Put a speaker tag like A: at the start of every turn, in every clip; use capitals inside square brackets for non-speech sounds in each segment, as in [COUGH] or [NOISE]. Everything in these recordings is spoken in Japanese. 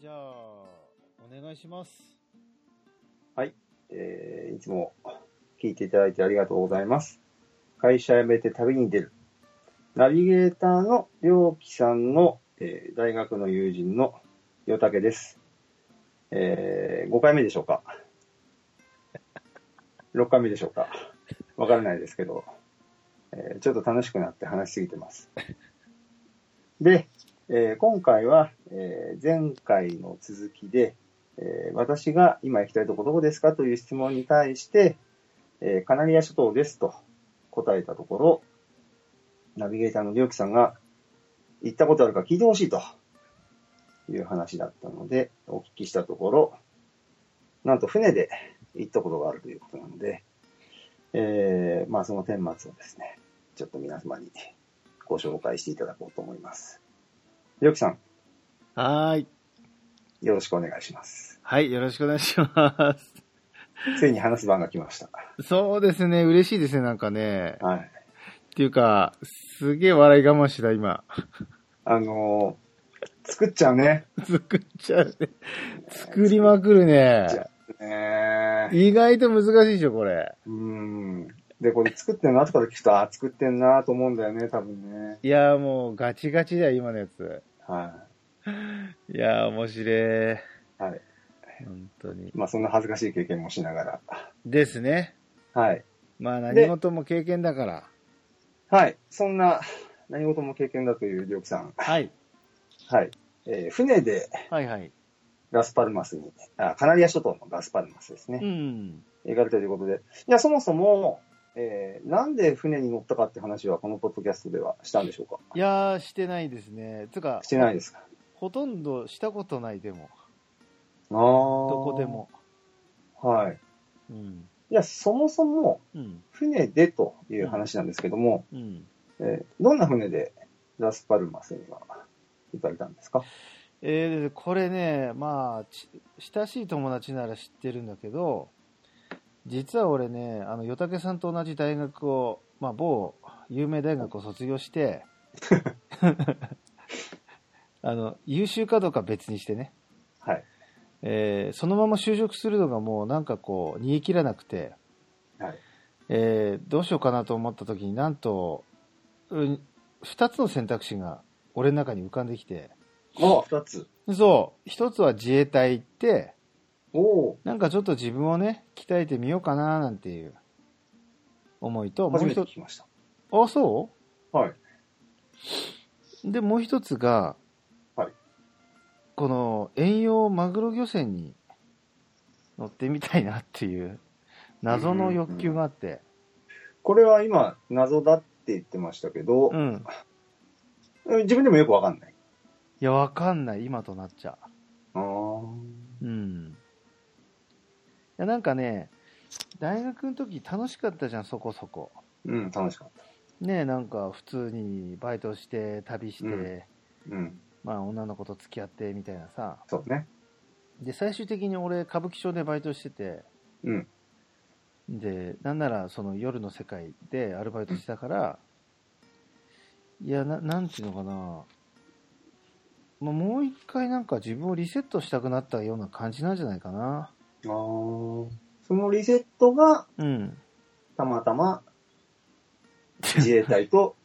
A: じゃあ、お願いします。
B: えーいつも聞いていただいてありがとうございます。会社辞めて旅に出る。ナビゲーターのりょうきさんの、えー大学の友人のよたけです。え5回目でしょうか [LAUGHS] ?6 回目でしょうかわからないですけど、えーちょっと楽しくなって話しすぎてます。で、えー今回は、えー前回の続きで、えー私が今行きたいとこどこですかという質問に対して、えーカナリア諸島ですと答えたところ、ナビゲーターのりょうきさんが行ったことあるか聞いてほしいという話だったので、お聞きしたところ、なんと船で行ったことがあるということなので、えーまあその顛末をですね、ちょっと皆様にご紹介していただこうと思います。りょうきさん、
A: はーい。
B: よろしくお願いします。
A: はい、よろしくお願いします。
B: ついに話す番が来ました。
A: [LAUGHS] そうですね、嬉しいですね、なんかね。
B: はい。
A: っていうか、すげえ笑い我慢した、今。
B: あのー作っちゃうね。
A: 作っちゃうね。作りまくるね。
B: ねえ
A: 意外と難しいでしょ、これ。
B: うん。で、これ作ってんの後から聞くと、あ、作ってんなと思うんだよね、多分ね。
A: いやーもうガチガチだよ、今のやつ。
B: はい
A: やー面白い。
B: い。はい。
A: 本当に。
B: まあ、そんな恥ずかしい経験もしながら。
A: ですね。
B: はい。
A: まあ何事も経験だから。
B: はい。そんな、何事も経験だというりょうきさん。
A: はい。
B: はい。えー船で
A: はいはい。
B: ラスパルマスに、あ、カナリア諸島のラスパルマスです
A: う
B: ね。
A: ん。
B: 行かれたということで。いや、そもそも、えーなんで船に乗ったかって話は、このポッドキャストではしたんでしょうか
A: いやー、してないですね。つうか
B: し、てないですか
A: ほとんどしたことない、でも。
B: ああ。ど
A: どこで。も。
B: はい。
A: うん。
B: いや、そもそも、
A: うん。
B: 船でという話なんですけども、
A: うん。
B: えーどんな船でラスパルマスには行かれたんですか
A: えー、これね、まあ、ち親しい友達なら知ってるんだけど、実は俺ね、あの、よたけさんと同じ大学を、まあ、某有名大学を卒業 [LAUGHS] して、あの、優秀かどうか別にしてね、
B: はい。
A: えーそのまま就職するのがもうなんかこう、煮え切らなくて、
B: はい。
A: えーどうしようかなと思った時になんと、うん、2つの選択肢が俺の中に浮かんできて、
B: お二つ。
A: そう、一つは自衛隊行って、
B: おお
A: なんかちょっと自分をね、鍛えてみようかななんていう思いと、
B: ー、
A: も
B: 初
A: う
B: めて
A: 一
B: 聞
A: つ、
B: きました。
A: あ、そ
B: はい。
A: うで、もう一つが、
B: はい
A: この遠洋マグロ漁船に乗ってみたいなっていう謎の欲求があって、
B: これは今、謎だって言ってましたけど
A: う、ん。
B: 自分でもよくわかんない。
A: いや、わかんない、今となっちゃ
B: ああ。
A: う。うん。いや、なんかね、大学の時楽しかったじゃん、そこそこ。
B: うん、楽しかった。
A: ねえなんか普通にバイトして旅して、
B: うんうん、
A: まあ女の子と付き合ってみたいなさ
B: そうね。
A: で最終的に俺歌舞伎町でバイトしてて
B: うん。
A: でなんならその夜の世界でアルバイトしてたから、いやななんていうのかなまあもう一回なんか自分をリセットしたくなったような感じなんじゃないかな
B: ああ。そのリセットが、
A: うん
B: たまたま、自衛隊と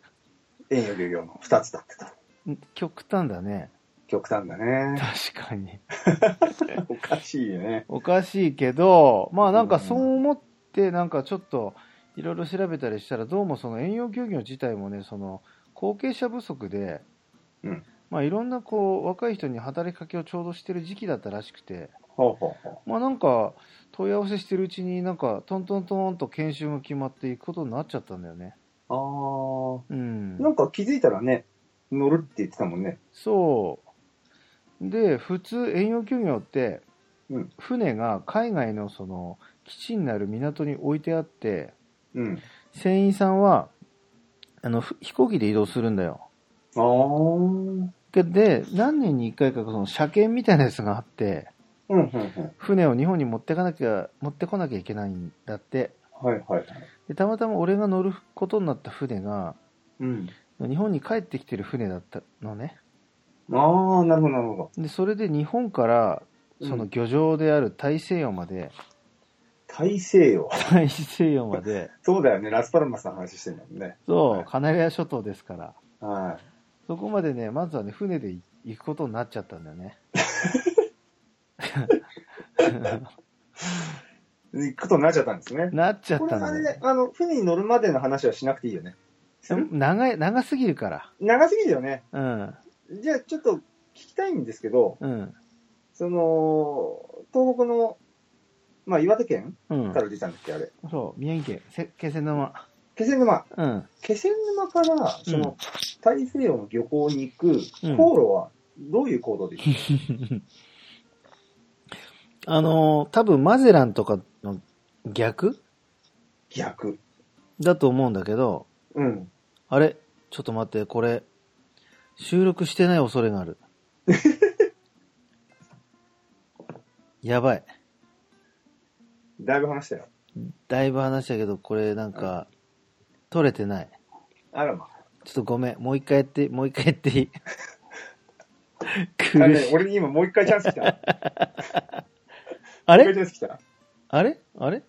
B: 遠洋漁業の二つだったと。
A: [LAUGHS] 極端だね
B: 極端だね。
A: 確かに
B: [LAUGHS]
A: [LAUGHS]
B: おかしいよね。
A: おかしいけど、まあなんかそう思って、なんかちょっといろいろ調べたりしたら、どうもその遠洋漁業自体もね、その後継者不足で、
B: うん
A: まあいろんなこう若い人に働きかけをちょうどしてる時期だったらしくて、
B: ほうほうほう。
A: まあなんか問い合わせしてるうちになんかトントントンと研修が決まっていくことになっちゃったんだよね。
B: あー、
A: うん。
B: なんか気づいたらね、乗るって言ってたもんね。
A: そう。で、普通、遠洋漁業って
B: うん、
A: 船が海外のその基地になる港に置いてあって、
B: うん。
A: 船員さんは、あの、ふ飛行機で移動するんだよ。
B: あー。
A: けで、何年に一回かその車検みたいなやつがあって、
B: うん、うん、うん。
A: 船を日本に持ってかなきゃ、持ってこなきゃいけないんだって。
B: はい、はい、はい。
A: で、たまたま俺が乗ることになった船が、
B: うん。
A: 日本に帰ってきてる船だったのね。
B: ああ、なるほど、なるほど。
A: で、それで日本から、その漁場である大西洋まで、
B: 大西洋。
A: 大西洋まで、
B: そうだよね、ラスパルマスの話してるんだもんね。
A: そ
B: は
A: う、
B: い
A: カナリア諸島ですから、
B: は
A: そこまでね、まずはね、船で行くことになっちゃったんだよね。
B: い。行くことになっちゃったんですね。
A: なっちゃっ
B: これ
A: た
B: あ
A: の
B: れ
A: ね
B: ね、あの、船に乗るまでの話はしなくていいよね。
A: でも長い、長すぎるから。
B: 長すぎるよね。
A: うん、
B: じゃあちょっと聞きたいんですけど、
A: うん、
B: その、東北の、まあ岩手県
A: うん
B: か。ら出たんだっけ、あれ。
A: そう、宮城県、せ気仙沼。
B: 気仙沼。
A: うん。 [LAUGHS]
B: 気仙沼から、その、大西洋の漁港に行く
A: うん
B: 航路は、どういう行動で行く
A: あのー多分マゼランとかの逆
B: 逆。
A: だと思うんだけど、
B: うん。
A: あれちょっと待って、これ、収録してない恐れがあ
B: [LAUGHS]
A: る。やばい。
B: だいぶ話したよ。
A: だいぶ話したけど、これなんか、取れてない。
B: あらま。
A: ちょっとごめん。もう一回やって、もう一回やって
B: [LAUGHS]
A: いい
B: あ
A: 苦
B: れ、
A: しい。
B: 俺に今もう一回チャンス来た。もう
A: あ
B: 一回
A: れ
B: チャンス来た。
A: あれあれ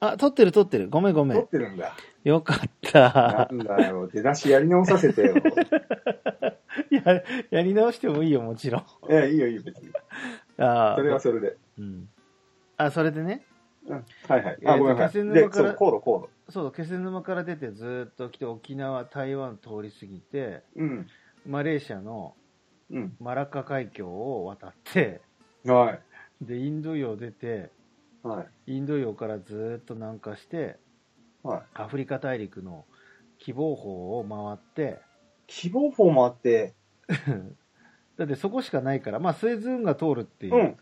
A: あ、撮ってる撮ってる。ごめんごめ
B: 撮
A: ん
B: っ。てるんだ。
A: よかっ
B: な
A: た。
B: んだよ。出だしやり直させてよ。
A: [LAUGHS] や、やり直してもいいよ、もちろん。
B: ええ、いいよいいよ、別に。
A: ああ
B: それはそれで。
A: うん。あ、それでね、
B: うん。はいはい。
A: えー
B: あ、
A: と
B: ごめんな
A: 気
B: さい。
A: 仙
B: で
A: 沼、か
B: そ
A: ら
B: う、航路、航
A: そう、気仙沼から出てずーっと来て、沖縄、台湾通り過ぎて、
B: 路。うん。
A: マレーシアの
B: うん。
A: マラッカ海峡を渡って、
B: はい。
A: で、インド洋出て、
B: はい。
A: インド洋からずーっと南下して、
B: はい。
A: アフリカ大陸の希望峰を回って、
B: 希望法もあって、。
A: だってそこしかないから、まあ、スエズ運河通るっていううん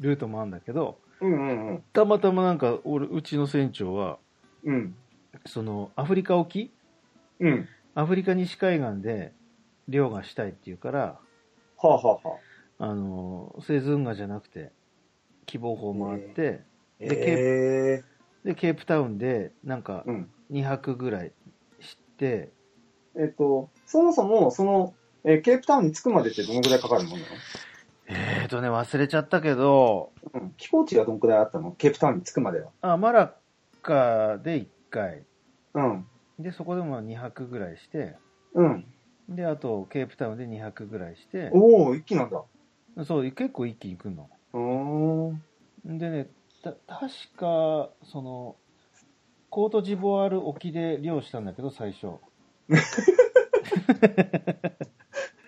A: ルートもあるんだけど、
B: うんうんうん。
A: たまたまなんか、俺、うちの船長は、
B: うん。
A: その、アフリカ沖
B: うん。
A: アフリカ西海岸で漁がしたいって言うから、
B: はあはあはあ。
A: あの、スエズ運河じゃなくて、希望法もあって、でケープ
B: ええ。
A: で、ケープタウンで、なんか
B: う、ん。
A: 2泊ぐらいして、
B: えっと、そもそも、その、えーケープタウンに着くまでってどのくらいかかるものなの、
A: えーとね、忘れちゃったけど、
B: うん、飛行地がどのくらいあったのケープタウンに着くまでは。
A: あ、マラッカで1回、
B: うん。
A: で、そこでも2泊ぐらいして、
B: うん。
A: で、あと、ケープタウンで2泊ぐらいして、
B: おお一気なんだ。
A: そう、結構一気に行くの。
B: うーん。
A: でね、た、確か、その、コートジボワール沖で漁したんだけど、最初。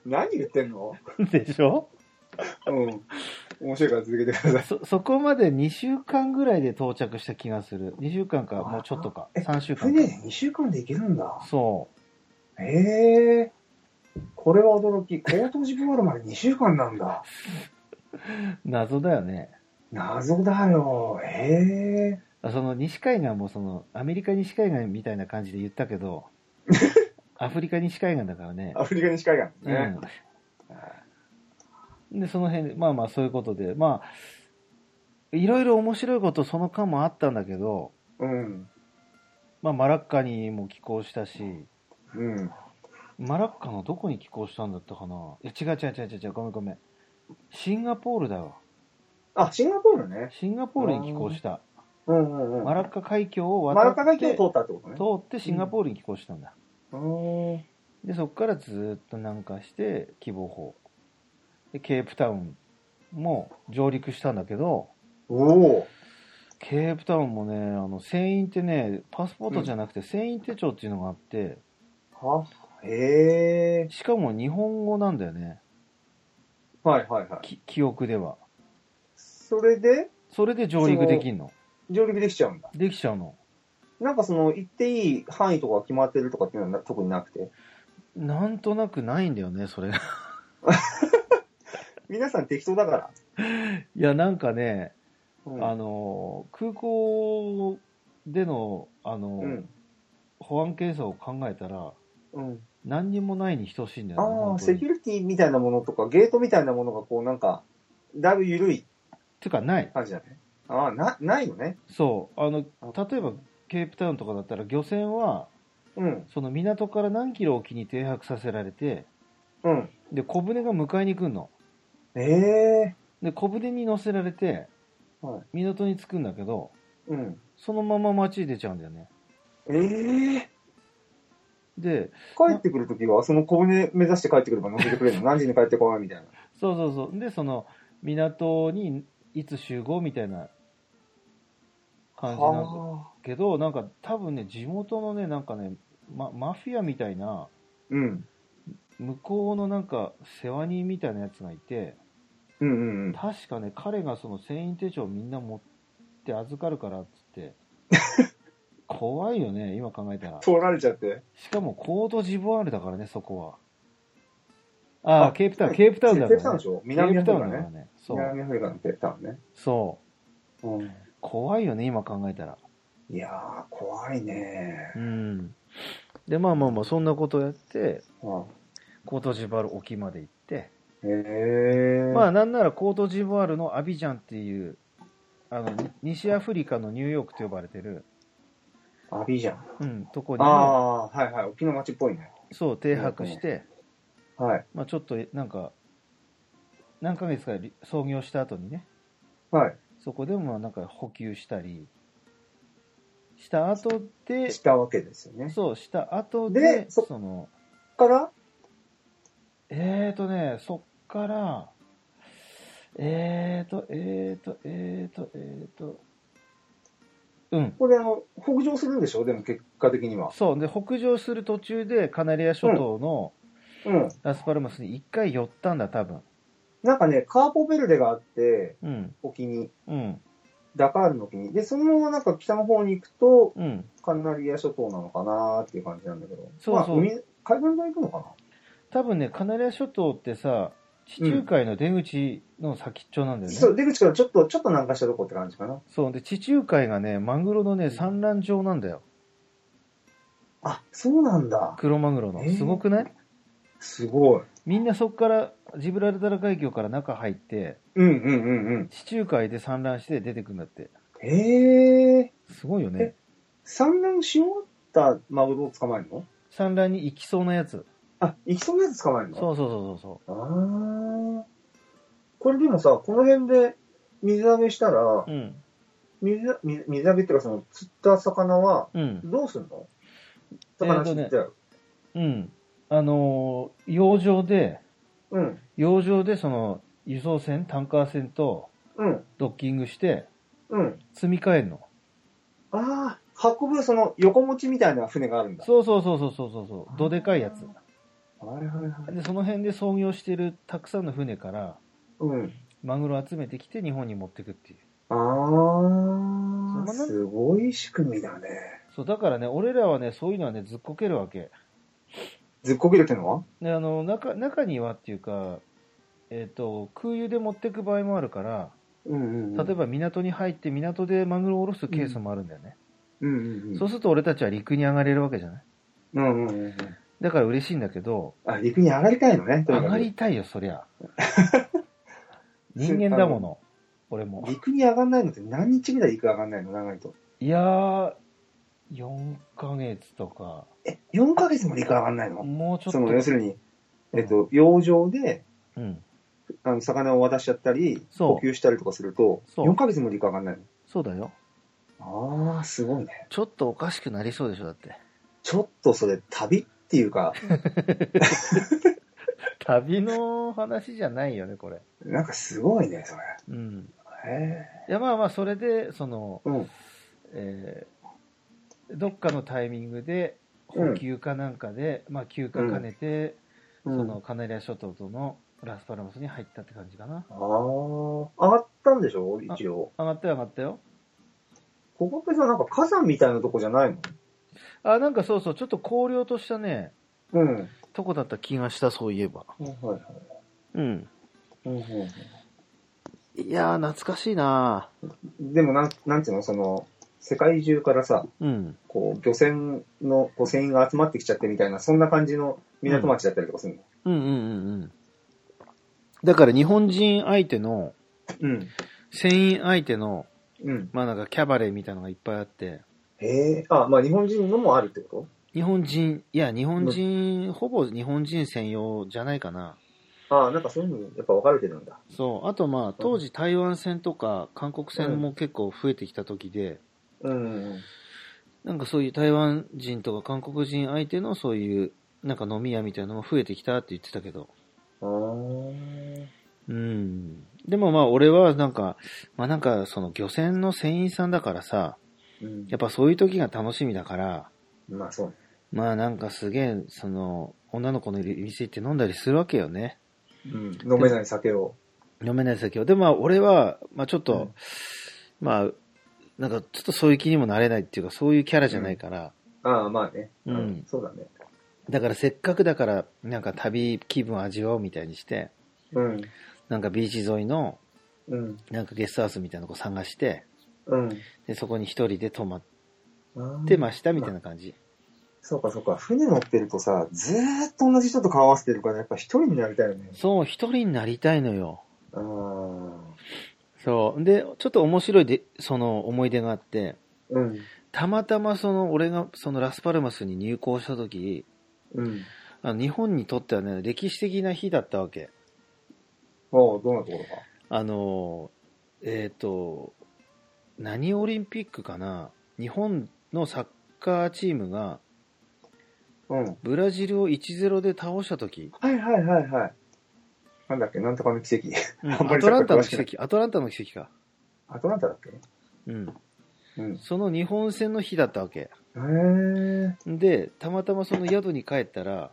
B: 何言ってんの
A: [LAUGHS] でしょ
B: うん。面白いから続けてくださ [LAUGHS] い。
A: そ、そこまで2週間ぐらいで到着した気がする。2週間か、もうちょっとか。
B: え
A: 3週間か。
B: 船で2週間で行けるんだ。
A: そ
B: へえ。これは驚き。高等ジブワールまで2週間なんだ。
A: う。謎だよね。
B: 謎だよ。へえ。
A: あその西海岸もその、アメリカ西海岸みたいな感じで言ったけ
B: [LAUGHS]
A: ど、アフリカ西海岸だからね。
B: アフリカ西海岸ですね。
A: うん。で、その辺で、まあまあそういうことで、まあ、いろいろ面白いことその間もあったんだけど、
B: うん。
A: まあマラッカにも寄港したし、
B: うん。
A: マラッカのどこに寄港したんだったかなえ、違う違う違う違う違う、ごめんごめん。シンガポールだわ。
B: あ、シンガポールね。
A: シンガポールに寄港した。
B: うんうんうん。
A: マラッカ海峡を渡って、
B: マラカ海峡を通ったってことね。
A: 通ってシンガポールに寄港したんだ。
B: おー
A: で、そこからずーっと南下して、希望法。で、ケープタウンも上陸したんだけど、
B: お
A: ケープタウンもね、あの、船員ってね、パスポートじゃなくて船員手帳っていうのがあって、
B: ーはへえ。
A: しかも日本語なんだよね、
B: はいはいはい。
A: き記憶では。
B: それで、
A: それで上陸できんの。
B: 上陸できちゃうんだ。
A: できちゃうの。
B: なんかその、行っていい範囲とか決まってるとかっていうのはな特になくて。
A: なんとなくないんだよね、それが。 [LAUGHS]
B: 皆さん適当だから。
A: いや、なんかね、
B: うん
A: あの、空港での、あの、
B: うん。
A: 保安検査を考えたら、
B: うん。
A: 何にもないに等しいんだよね。
B: あ
A: 本
B: あ、
A: 当
B: セ
A: に
B: キュリティみたいなものとか、ゲートみたいなものがこうなんか、だいぶ緩い
A: てか、ない。
B: 感じだね。ああ、な、ないのね。
A: そう。あの、例えば、ケープタウンとかだったら、漁船は、
B: うん。
A: その港から何キロ沖に停泊させられて、
B: うん。
A: で、小舟が迎えに来んの。
B: ええ
A: で、小舟に乗せられて、
B: はい
A: 港に着くんだけど、
B: うん。
A: そのまま街に出ちゃうんだよね。
B: ええ
A: で、
B: 帰ってくるときは、その小舟目指して帰ってくれば乗せてくれるの何時に帰ってこいみたいな。
A: そうそうそう。で、その、港にいつ集合みたいな感じなんだ
B: あ。
A: けど、なんか多分ね、地元のね、なんかね、ま、マフィアみたいな、
B: うん。
A: 向こうのなんか世話人みたいなやつがいて、
B: うんうんうん。
A: 確かね、彼がその船員手帳をみんな持って預かるからっつ [LAUGHS] って、怖いよね、今考えたら。
B: 通られちゃって。
A: しかもコートジボワールだからね、そこは。ああ、
B: あ
A: ケープタウン、ケープタウンだか
B: ケープタウ
A: らね
B: ンで。しょ
A: ケー
B: 南
A: プ
B: アフ
A: タウ
B: リ
A: ン
B: カ
A: だから
B: ね。
A: ね。そう。
B: 南アフリカのケープタウンね。
A: そう。
B: うん。
A: 怖いよね、今考えたら。
B: いやー、怖いね
A: うん。で、まあまあまあ、そんなことやって、
B: うん
A: コートジボワール沖まで行って、
B: へえ
A: まあ、なんならコートジボワールのアビジャンっていう、あの、に西アフリカのニューヨークと呼ばれてる、
B: あ、アビジャン。
A: うん、とこに
B: あ
A: も、
B: あ、はいはい。沖の町っぽいね。
A: そう、停泊して、
B: はい。
A: まあちょっと、なんか、何ヶ月かり創業した後にね、
B: はい。
A: そこでもまあなんか補給したり、した後で、
B: したわけですよね。そ
A: そう、した後で、
B: でそ
A: その、
B: っから、
A: えーとね、そっから、えーと、えーと、えーと、えーと、うん。
B: これあの、北上するんでしょでも結果的には。
A: そう。で、北上する途中でカナリア諸島の
B: うん。
A: ラスパルマスに一回寄ったんだ、多分。
B: なんかね、カーボベルデがあって、
A: うん。
B: 沖に、
A: うん。
B: ダカールの沖に。で、そのままなんか北の方に行くと、
A: うん。
B: カナリア諸島なのかなーっていう感じなんだけど。
A: そうそう
B: まあ、海海岸が行くのかな
A: 多分ね、カナリア諸島ってさ、地中海の出口の先っちょなんだよね。
B: そう、出口からちょっと、ちょっと南下したとこって感じかな。
A: そう。で、地中海がね、マグロのね、産卵場なんだよ。
B: あ、そうなんだ。
A: クロマグロの
B: え。ー
A: すごくない
B: すごい。
A: みんなそこから、ジブラルタル海峡から中入って、
B: うんうんうんうん。
A: 地中海で産卵して出てくるんだって。
B: へえ。
A: すごいよね
B: え。産卵し終わったマグロを捕まえるの
A: 産卵に行きそうなやつ。
B: あ、行きそうなやつ捕まえるの
A: そうそうそうそ
B: あーこれでもさ、この辺で水揚げしたら
A: う。う、ん。
B: 水水水揚げっていうかその釣った魚は
A: うん。
B: どうすんの
A: え
B: 魚
A: ーと
B: 釣
A: ね
B: ってある。
A: うん。あのー洋上で、
B: うん。
A: 洋上でその、輸送船、タンカー船と
B: うん。
A: ドッキングして、
B: うん。
A: 積み替えるの。
B: ああ、運ぶその横持ちみたいな船があるんだ。
A: そうそうそうそうそうそうそう。どでかいやつ。
B: はいはいはい。
A: で、その辺で操業してるたくさんの船から、
B: うん。
A: マグロ集めてきて日本に持ってくっていう。
B: ああ、
A: そんな
B: すごい仕組みだね。
A: そう、だからね、俺らはね、そういうのはね、ずっこけるわけ。
B: ずっこけるってのは
A: で、あの、中、中にはっていうか、えっ、と、空輸で持ってく場合もあるから、
B: うんうんうん。
A: 例えば港に入って港でマグロを下ろすケースもあるんだよね、
B: うんうんうん。
A: そうすると俺たちは陸に上がれるわけじゃない
B: うんうんうんうん。
A: だから嬉しいんだけど
B: あ、陸に上がりたいのね。とに
A: 上
B: かく
A: がりたいよそり
B: [LAUGHS]
A: ゃ人間だもの俺も
B: 陸に上がんないのって何日ぐらい陸上がんないの長いと。
A: いやー4ヶ月とか
B: え、4ヶ月も陸上がんないの
A: もうちょっ
B: そ
A: と
B: の、要するに、えっ、と、洋上で、
A: うん
B: あの、魚を渡しちゃったり、
A: そう
B: 補給したりとかすると、
A: そう
B: 4ヶ月も陸上がんない
A: そうだよ
B: の。ああ、すごいね。
A: ちょっとおかしくなりそうでしょだって
B: ちょっとそれ、旅っていうか、
A: 旅の話じゃないよねこれ
B: なんかすごいね、それ。
A: うん
B: へ
A: いやまあまあそれでその
B: え。うん。
A: えーどっかのタイミングで補給かなんかで、まあ休暇兼ねて、そのカナリア諸島とのラスパルマスに入ったって感じかな
B: ああ、上がったんでしょ一応。
A: 上がったよ上がったよ
B: ここってさ、なんか火山みたいなとこじゃないの
A: あなんかそうそうちょっと荒涼としたね
B: うん。はい
A: とこだった気がしたそういえば
B: はい。
A: うん
B: うんうん
A: いやー懐かしいな
B: でもなん、なんていうの、その、世界中からさ、
A: うん
B: こう、漁船の、こう、船員が集まってきちゃってみたいな、そんな感じの港町だったりとかするの。
A: うんうんうんうんだから日本人相手の
B: うん。
A: 船員相手の
B: うん。
A: まあなんかキャバレーみたいなのがいっぱいあって
B: へえ。あ、まあ日本人のもあるってこ
A: 日本人、いや、日本人、ほぼ日本人専用じゃないかな。
B: ああ、なんかそういうのにやっぱ分かれてるんだ。
A: そう。あと、まあ、当時台湾戦とか韓国戦も結構増えてきた時で、
B: うん。
A: なんかそういう台湾人とか韓国人相手のそういう、なんか飲み屋みたいなのも増えてきたって言ってたけど。
B: あー
A: うん。でもまあ、俺はなんか、まあなんか、その漁船の船員さんだからさ、
B: うん
A: やっぱそういう時が楽しみだから、
B: まあそうね。
A: まあなんかすげえ、その、女の子のいる店行って飲んだりするわけよね。
B: うん。飲めない酒を。
A: 飲めない酒を。でもまあ俺は、まあちょっと、まあ、なんかちょっとそういう気にもなれないっていうか、そういうキャラじゃないから、
B: ああ、まあね。
A: うん
B: そうだね。
A: だからせっかくだから、なんか旅気分味わおうみたいにして、
B: うん。
A: なんかビーチ沿いの、
B: うん。
A: なんかゲストハウスみたいなのを探して、
B: うん。
A: で、そこに一人で泊まっ
B: あー
A: てましたみたいな感じ。
B: そうかそうか。船乗ってるとさ、ずーっと同じ人と顔合わせてるから、やっぱ一人になりたいよね。
A: そう、一人になりたいのよ。
B: ああ。
A: そう。で、ちょっと面白いで、その思い出があって、
B: うん。
A: たまたまその、俺がそのラスパルマスに入港した時、
B: うん。
A: あの日本にとってはね、歴史的な日だったわけ。
B: おうどんなところか。
A: あの、えっ、と、何オリンピックかな日本のサッカーチームが、
B: うん。
A: ブラジルを1-0で倒した時、
B: はいはいはいはい。なんだっけ、なんとかの奇跡。 [LAUGHS]
A: うん
B: あんま
A: ア
B: り
A: ト
B: サッカー
A: ランタの
B: 詳
A: 奇
B: しくない
A: 跡、アトランタの奇跡か。
B: アトランタだっけ
A: うん。
B: うん。へ
A: その日本戦の日だったわけ。
B: え。ー。
A: で、たまたまその宿に帰ったら、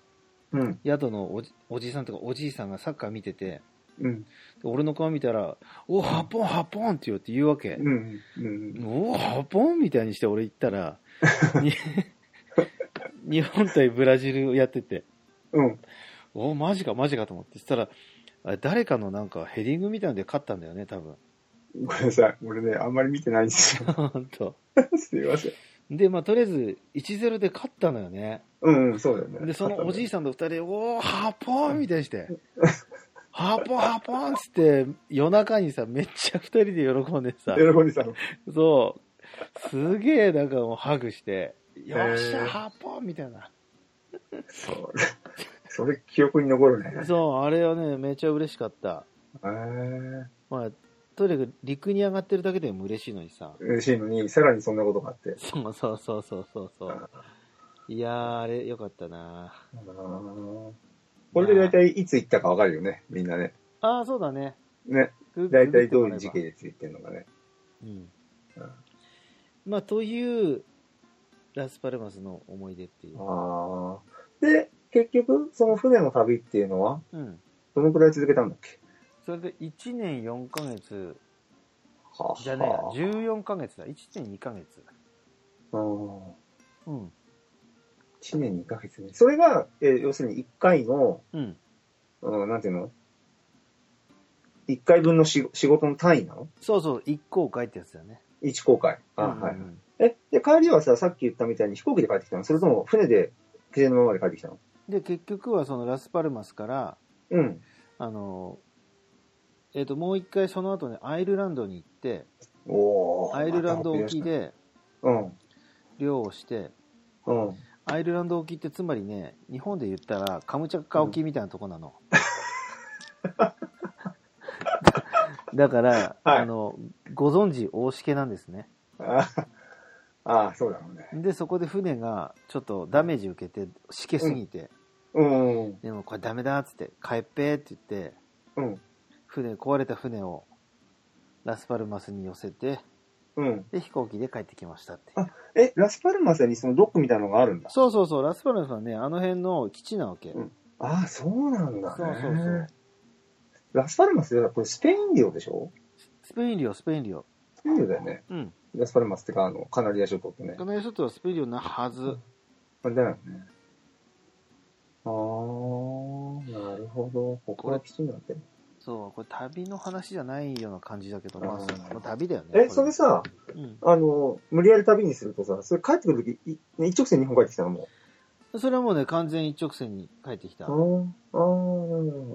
B: うん。
A: 宿のおじおじさんとかおじいさんがサッカー見てて、
B: うん。
A: で俺の顔見たら、お、ハポン、ハポンって言うって言うわけ。
B: うん。うん。
A: お、ハポンみたいにして俺言ったら、に日本対ブラジルやってて、
B: うん。
A: お、マジかマジかと思って、そしたら、あ誰かのなんかヘディングみたいので勝ったんだよね、多分。
B: ごめんなさい。俺ね、あんまり見てないんですよ。 [LAUGHS]
A: ほんと。
B: すいません。
A: で、まあ、とりあえず1-0で勝ったのよね。
B: うん、うんそうだよね。
A: で、そのおじい
B: い
A: さんと二人で、おー、ハポーンみたいにして、ハポン、ハポンっつって、夜中にさ、めっちゃ二人で喜んでさ、
B: 喜んでたの。
A: そう、すげえ、なんかもうハグして、よっし
B: へ
A: ゃ、
B: ー
A: ハポンみたいな。
B: そう。それ、記憶に残るね。
A: [LAUGHS] そう、あれはね、めちゃ嬉しかった。
B: えー、
A: まあ、とにかく陸に上がってるだけでも嬉しいのにさ、
B: 嬉しいのに、さらにそんなことがあって。
A: そうそうそうそうそうそう。いやー、あれ、よかったな
B: あーこれで大体いつ行ったかわかるよね、みんなね。
A: ああ、そうだね。
B: ね。
A: ぐ
B: 大体どういう
A: ググってもらえ
B: 時
A: ば
B: 期でついてるのかね。
A: うん
B: うん
A: まあ、という、ラスパルマスの思い出っていう。
B: あーで、結局、その船の旅っていうのは、
A: うん。
B: どのくらい続けたんだっけ
A: それで1年4ヶ月、
B: は
A: じゃねえや、14ヶ月だ。1.2ヶ月。
B: 1
A: うん。
B: 年2ヶ月ね。それが、えー要するに1回の、
A: うん。
B: うん、なんていうの ?1 回分のし仕事の単位なの
A: そうそう、一航海ってやつだよね。
B: 一公開。あ、
A: うん
B: はい
A: うんうん
B: え、で、帰りはさ、さっき言ったみたいに飛行機で帰ってきたのそれとも船で、気仙沼まで帰ってきたの
A: で、結局はそのラスパルマスから、
B: うん。
A: あの、えっ、と、もう一回その後ね、アイルランドに行って、
B: おー
A: アイルランド沖。で
B: うん。
A: 漁をして、
B: うん。
A: アイルランド沖ってつまりね、日本で言ったらカムチャッカ沖みたいなとこな
B: [LAUGHS]
A: の。だから、
B: はい
A: あの、ご存知大しけなんですね。
B: ああ、そうだろうね。
A: で、そこで船がちょっとダメージ受けて、しけすぎて、
B: うん。
A: でもこれダメだっつって、帰っぺーって言って、
B: うん。
A: 船、壊れた船をラスパルマスに寄せて、
B: うん。
A: で、飛行機で帰ってきましたっていう。
B: え、ラスパルマスにそのドックみたいなのがあるんだ。
A: そうそうそう、ラスパルマスはね、あの辺の基地なわけ。
B: うんああ、そうなんだ、ね。
A: そうそうそう。
B: ラスパルマスってこれスペイン領でしょ
A: スペイン領、スペイン領。
B: スペイン領だよね。
A: うん。
B: ラスパルマスってか、あの、カナリア諸島ってね
A: カ。ナリア諸島はスペイン領なはず。
B: あれだよね。ああ、なるほど。ここが基地になってる。
A: そう、これ旅の話じゃないような感じだけど、
B: あー
A: まあ、その旅だよね。こ
B: え、それさ、
A: うん。
B: あの、無理やり旅にするとさ、それ帰ってくるとき、いね一直線に日本帰ってきたのも
A: それはもうね、完全一直線に帰ってきた。う
B: う。ああ、ああ、なるほ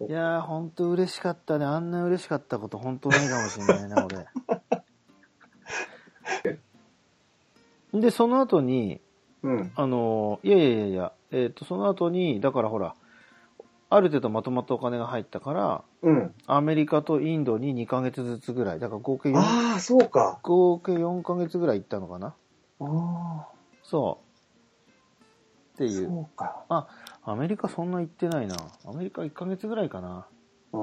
B: ど。
A: ん。いやー、ほんと嬉しかったね。あんな嬉しかったこと、ほんとないかもしれないな、
B: [LAUGHS]
A: 俺。で、その後に、
B: うん。
A: あの、いやいやいやいや、えっ、と、その後に、だからほら、ある程度まとまったお金が入ったから、
B: うん。
A: アメリカとインドに2ヶ月ずつぐらい、だから合計 4,
B: ああ、そうか。
A: 合計4ヶ月ぐらい行ったのかな
B: ああ、
A: そう。っていう。
B: そうか。
A: アメリカそんな行ってないな。アメリカ1ヶ月ぐらいかな。
B: ああ、
A: う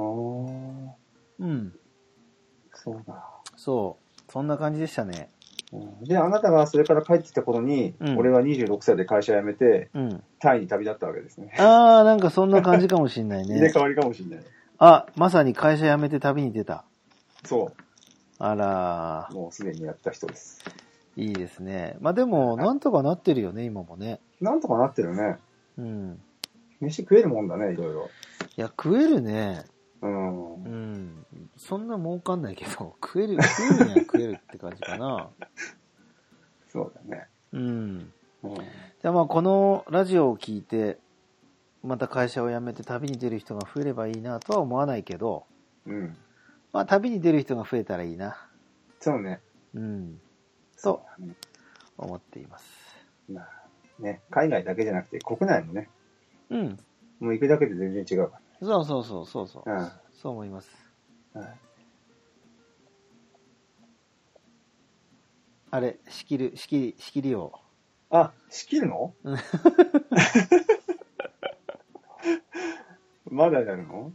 A: ん。
B: そうだ。
A: そう。そんな感じでしたね。
B: うんで、あなたがそれから帰ってきた頃に、
A: うん
B: 俺は26歳で会社辞めて、
A: うん。
B: タイに旅立ったわけですね。
A: あー、なんかそんな感じかもしんない
B: [LAUGHS] 入れ
A: ね
B: 替。わりかもしれない。
A: あ、まさに会社辞めて旅に出た。
B: そ
A: あら
B: う。もうすでにやった人です。
A: ー、いいですね。まあでも、なんとかなってるよね、今もね。
B: なんとかなってるね。
A: うん。
B: 飯食えるもんだね、いろいろ。
A: いや、食えるね。
B: うん
A: う。ん。そんな儲かんないけど、 [LAUGHS] 食える、食えるには食えるって感じかな。
B: そうだね。
A: うん。
B: う
A: じ
B: ん
A: ゃあまあ、このラジオを聞いて、また会社を辞めて旅に出る人が増えればいいなとは思わないけど、
B: うん。
A: まあ、旅に出る人が増えたらいいな。
B: そうね。
A: うん。
B: そ
A: と
B: うだね。
A: 思っています。
B: まあ、ね、海外だけじゃなくて国内もね、
A: うん。
B: もう行くだけで全然違うか
A: そうそうそうそうそう。
B: ら。
A: そう思います。
B: うん。はい
A: あれ、仕切る、仕切り、仕切りを。
B: あ、仕切
A: [LAUGHS]
B: るの
A: うん
B: まだやるの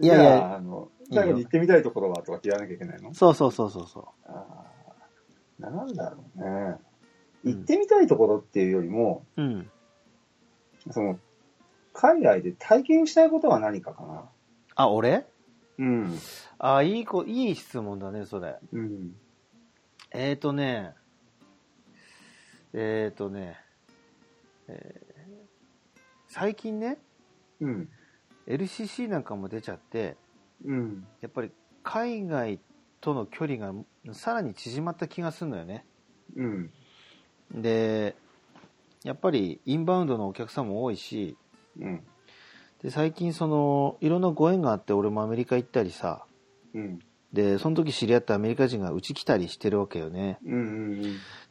A: いやいや
B: じゃああの、
A: いいよ
B: 最後に行ってみたいところはとか言わなきゃいけないの
A: そうそうそうそうそ
B: あーなんだろうね。
A: うん
B: 行ってみたいところっていうよりも、
A: う。うん。
B: その、海外で体験したいことは何かかな。
A: あ、俺
B: うん。
A: あ、いい子、いい質問だね、それ。
B: うん。
A: えーとね、えーとね、えー最近ね、
B: うん。
A: LCC なんかも出ちゃって、
B: うん。
A: やっぱり海外との距離がさらに縮まった気がするのよね。
B: うん。
A: で、やっぱりインバウンドのお客さんも多いし、
B: うん。
A: で最近その、いろんなご縁があって、俺もアメリカ行ったりさ、
B: うん。
A: で、その時知り合ったアメリカ人がうち来たりしてるわけよね。
B: うん。うん。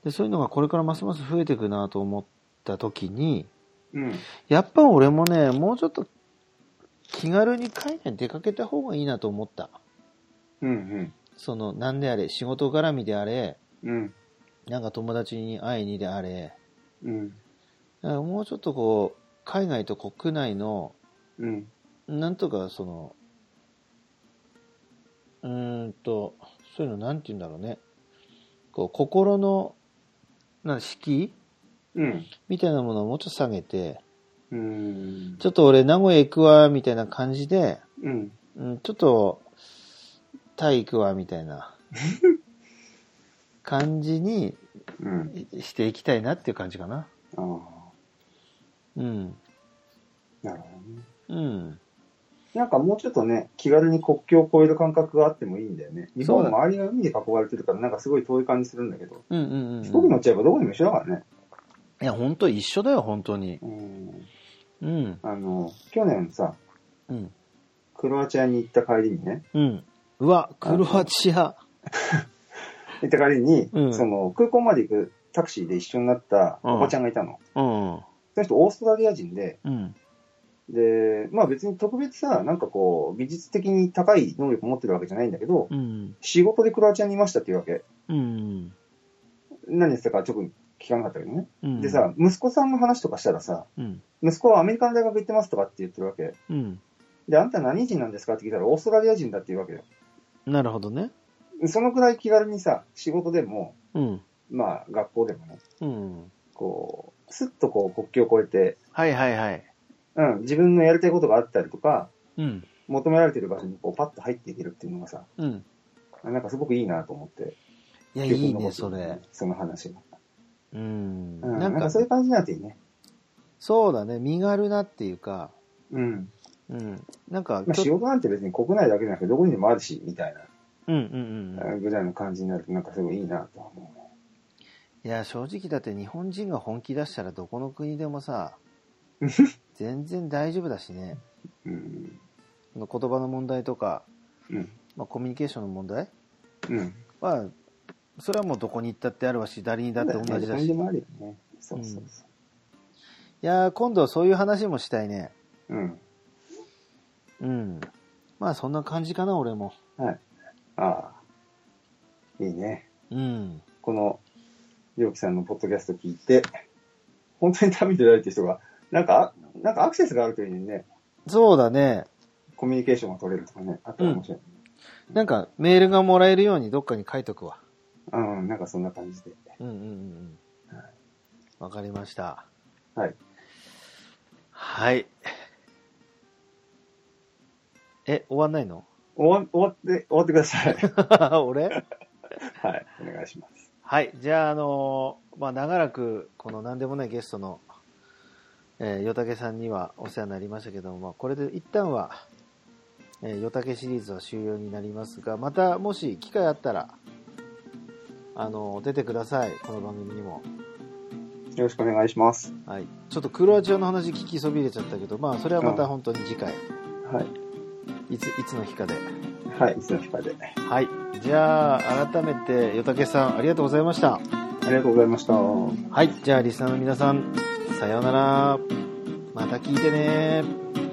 A: で、そういうのがこれからますます増えていくなと思った時に、
B: うん。
A: やっぱ俺もね、もうちょっと気軽に海外に出かけた方がいいなと思った。
B: うん。
A: その、なんであれ、仕事絡みであれ、
B: うん。
A: なんか友達に会いにであれ、
B: うん。
A: だからもうちょっとこう、海外と国内の、
B: うん。
A: なんとかその、うーんと、そういうのなんて言うんだろうね。こう、心の、なん敷居
B: うん。
A: みたいなものをもうちょっと下げて、
B: うん。
A: ちょっと俺名古屋行くわ、みたいな感じで、
B: うん。
A: うん、ちょっと、タイ行くわ、みたい
B: [LAUGHS]
A: な感じに
B: うん。
A: していきたいなっていう感じかな。
B: ああ、
A: うん。
B: なるほどね。
A: うん。
B: なんかもうちょっとね、気軽に国境を越える感覚があってもいいんだよね。日本は
A: そうだ
B: 周りが海で囲われてるから、なんかすごい遠い感じするんだけど、
A: うんうんうん、
B: 飛行機乗っちゃえばどこにも一緒だからね。
A: いや、本当一緒だよ、本当に。
B: うん。
A: うん。
B: あの、去年さ、
A: うん。
B: クロアチアに行った帰りにね、
A: うん。うわ、クロアチア。
B: 行った帰りに、
A: うん
B: その空港まで行くタクシーで一緒になった
A: うん
B: おばちゃんがいたの。
A: うん。
B: その人オーストラリア人で、
A: うん。
B: で、まあ別に特別さ、なんかこう、技術的に高い能力持ってるわけじゃないんだけど、
A: うん。
B: 仕事でクロアチアにいましたっていうわけ。
A: うん。
B: 何言ってたかちょっと聞かなかったけどね。
A: うん。
B: でさ、息子さんの話とかしたらさ、
A: うん。
B: 息子はアメリカの大学行ってますとかって言ってるわけ。
A: うん。
B: で、あんた何人なんですかって聞いたら、オーストラリア人だって言うわけよ。
A: なるほどね。
B: そのくらい気軽にさ、仕事でも、
A: うん。
B: まあ、学校でもね、
A: うん。
B: こう、すっとこう、国境を越えて、
A: はいはいはい。
B: うん、自分のやりたいことがあったりとか、
A: うん。
B: 求められてる場所にこう、パッと入っていけるっていうのがさ、
A: うん。
B: なんかすごくいいなと思って。
A: いや、
B: い
A: いいね、それ。。
B: その話が。
A: うん。
B: うん、
A: な
B: なん
A: ん
B: か
A: か
B: そう、いう感じになっていいね。
A: そうだね、身軽なっていうか、
B: うん。
A: うん。なんか、
B: まあ、仕
A: ちょっ
B: 事なんて別に国内だけじゃなくて、どこにでもあるし、みたいな。
A: とうんうんうん。
B: ぐらいの感じになると、なんかすごいいいなとは思うね。
A: いや、正直だって日本人が本気出したらどこの国でも
B: [LAUGHS]
A: さ、全然大丈夫だしね。
B: うん。
A: この言葉の問題とか、
B: うん。
A: まあ、コミュニケーションの問題
B: うん。
A: は、それはもうどこに行ったってあるわし、誰にだって同じだ
B: 何
A: し
B: で。もあるよね。そうそうそう。
A: やー、今度はそういう話もしたいね。
B: うん。
A: うん。まあそんな感じかな、俺も。
B: ああ。いいね。
A: うん。
B: この、りょうきさんのポッドキャスト聞いて、本当に旅でないって人が、なんか、あなんかアクセスがあるというにね、
A: そうだね。
B: コミュニケーションが取れるとかね、あったら面白い。
A: なんかメールがもらえるようにどっかに書いとくわ。
B: うん、なんかそんな感じで。
A: うんうんうんうん
B: は。
A: わかりました。
B: はい。
A: はい。え、終わんないの [LAUGHS]
B: 終わ、終わって、終わってください。
A: 俺
B: はい、お願いします。
A: はい。じゃあ、あのーまあ、長らく、この何でもないゲストの、えー、よたけさんにはお世話になりましたけども、まあ、これで一旦は、えー、よたけシリーズは終了になりますが、また、もし機会あったら、あのー出てください。この番組にも。
B: よろしくお願いします。
A: はい。ちょっとクロアチアの話聞きそびれちゃったけど、まあ、それはまた本当に次回、
B: はい。
A: いつ、いつの日かで。
B: はい、いつの日かで。あ
A: はい。じゃあ、改めて、よたけさん、ありがとうございました。
B: りがとうございました。
A: はい。じゃあ、リスナーの皆さん、さようなら。また聞いてね。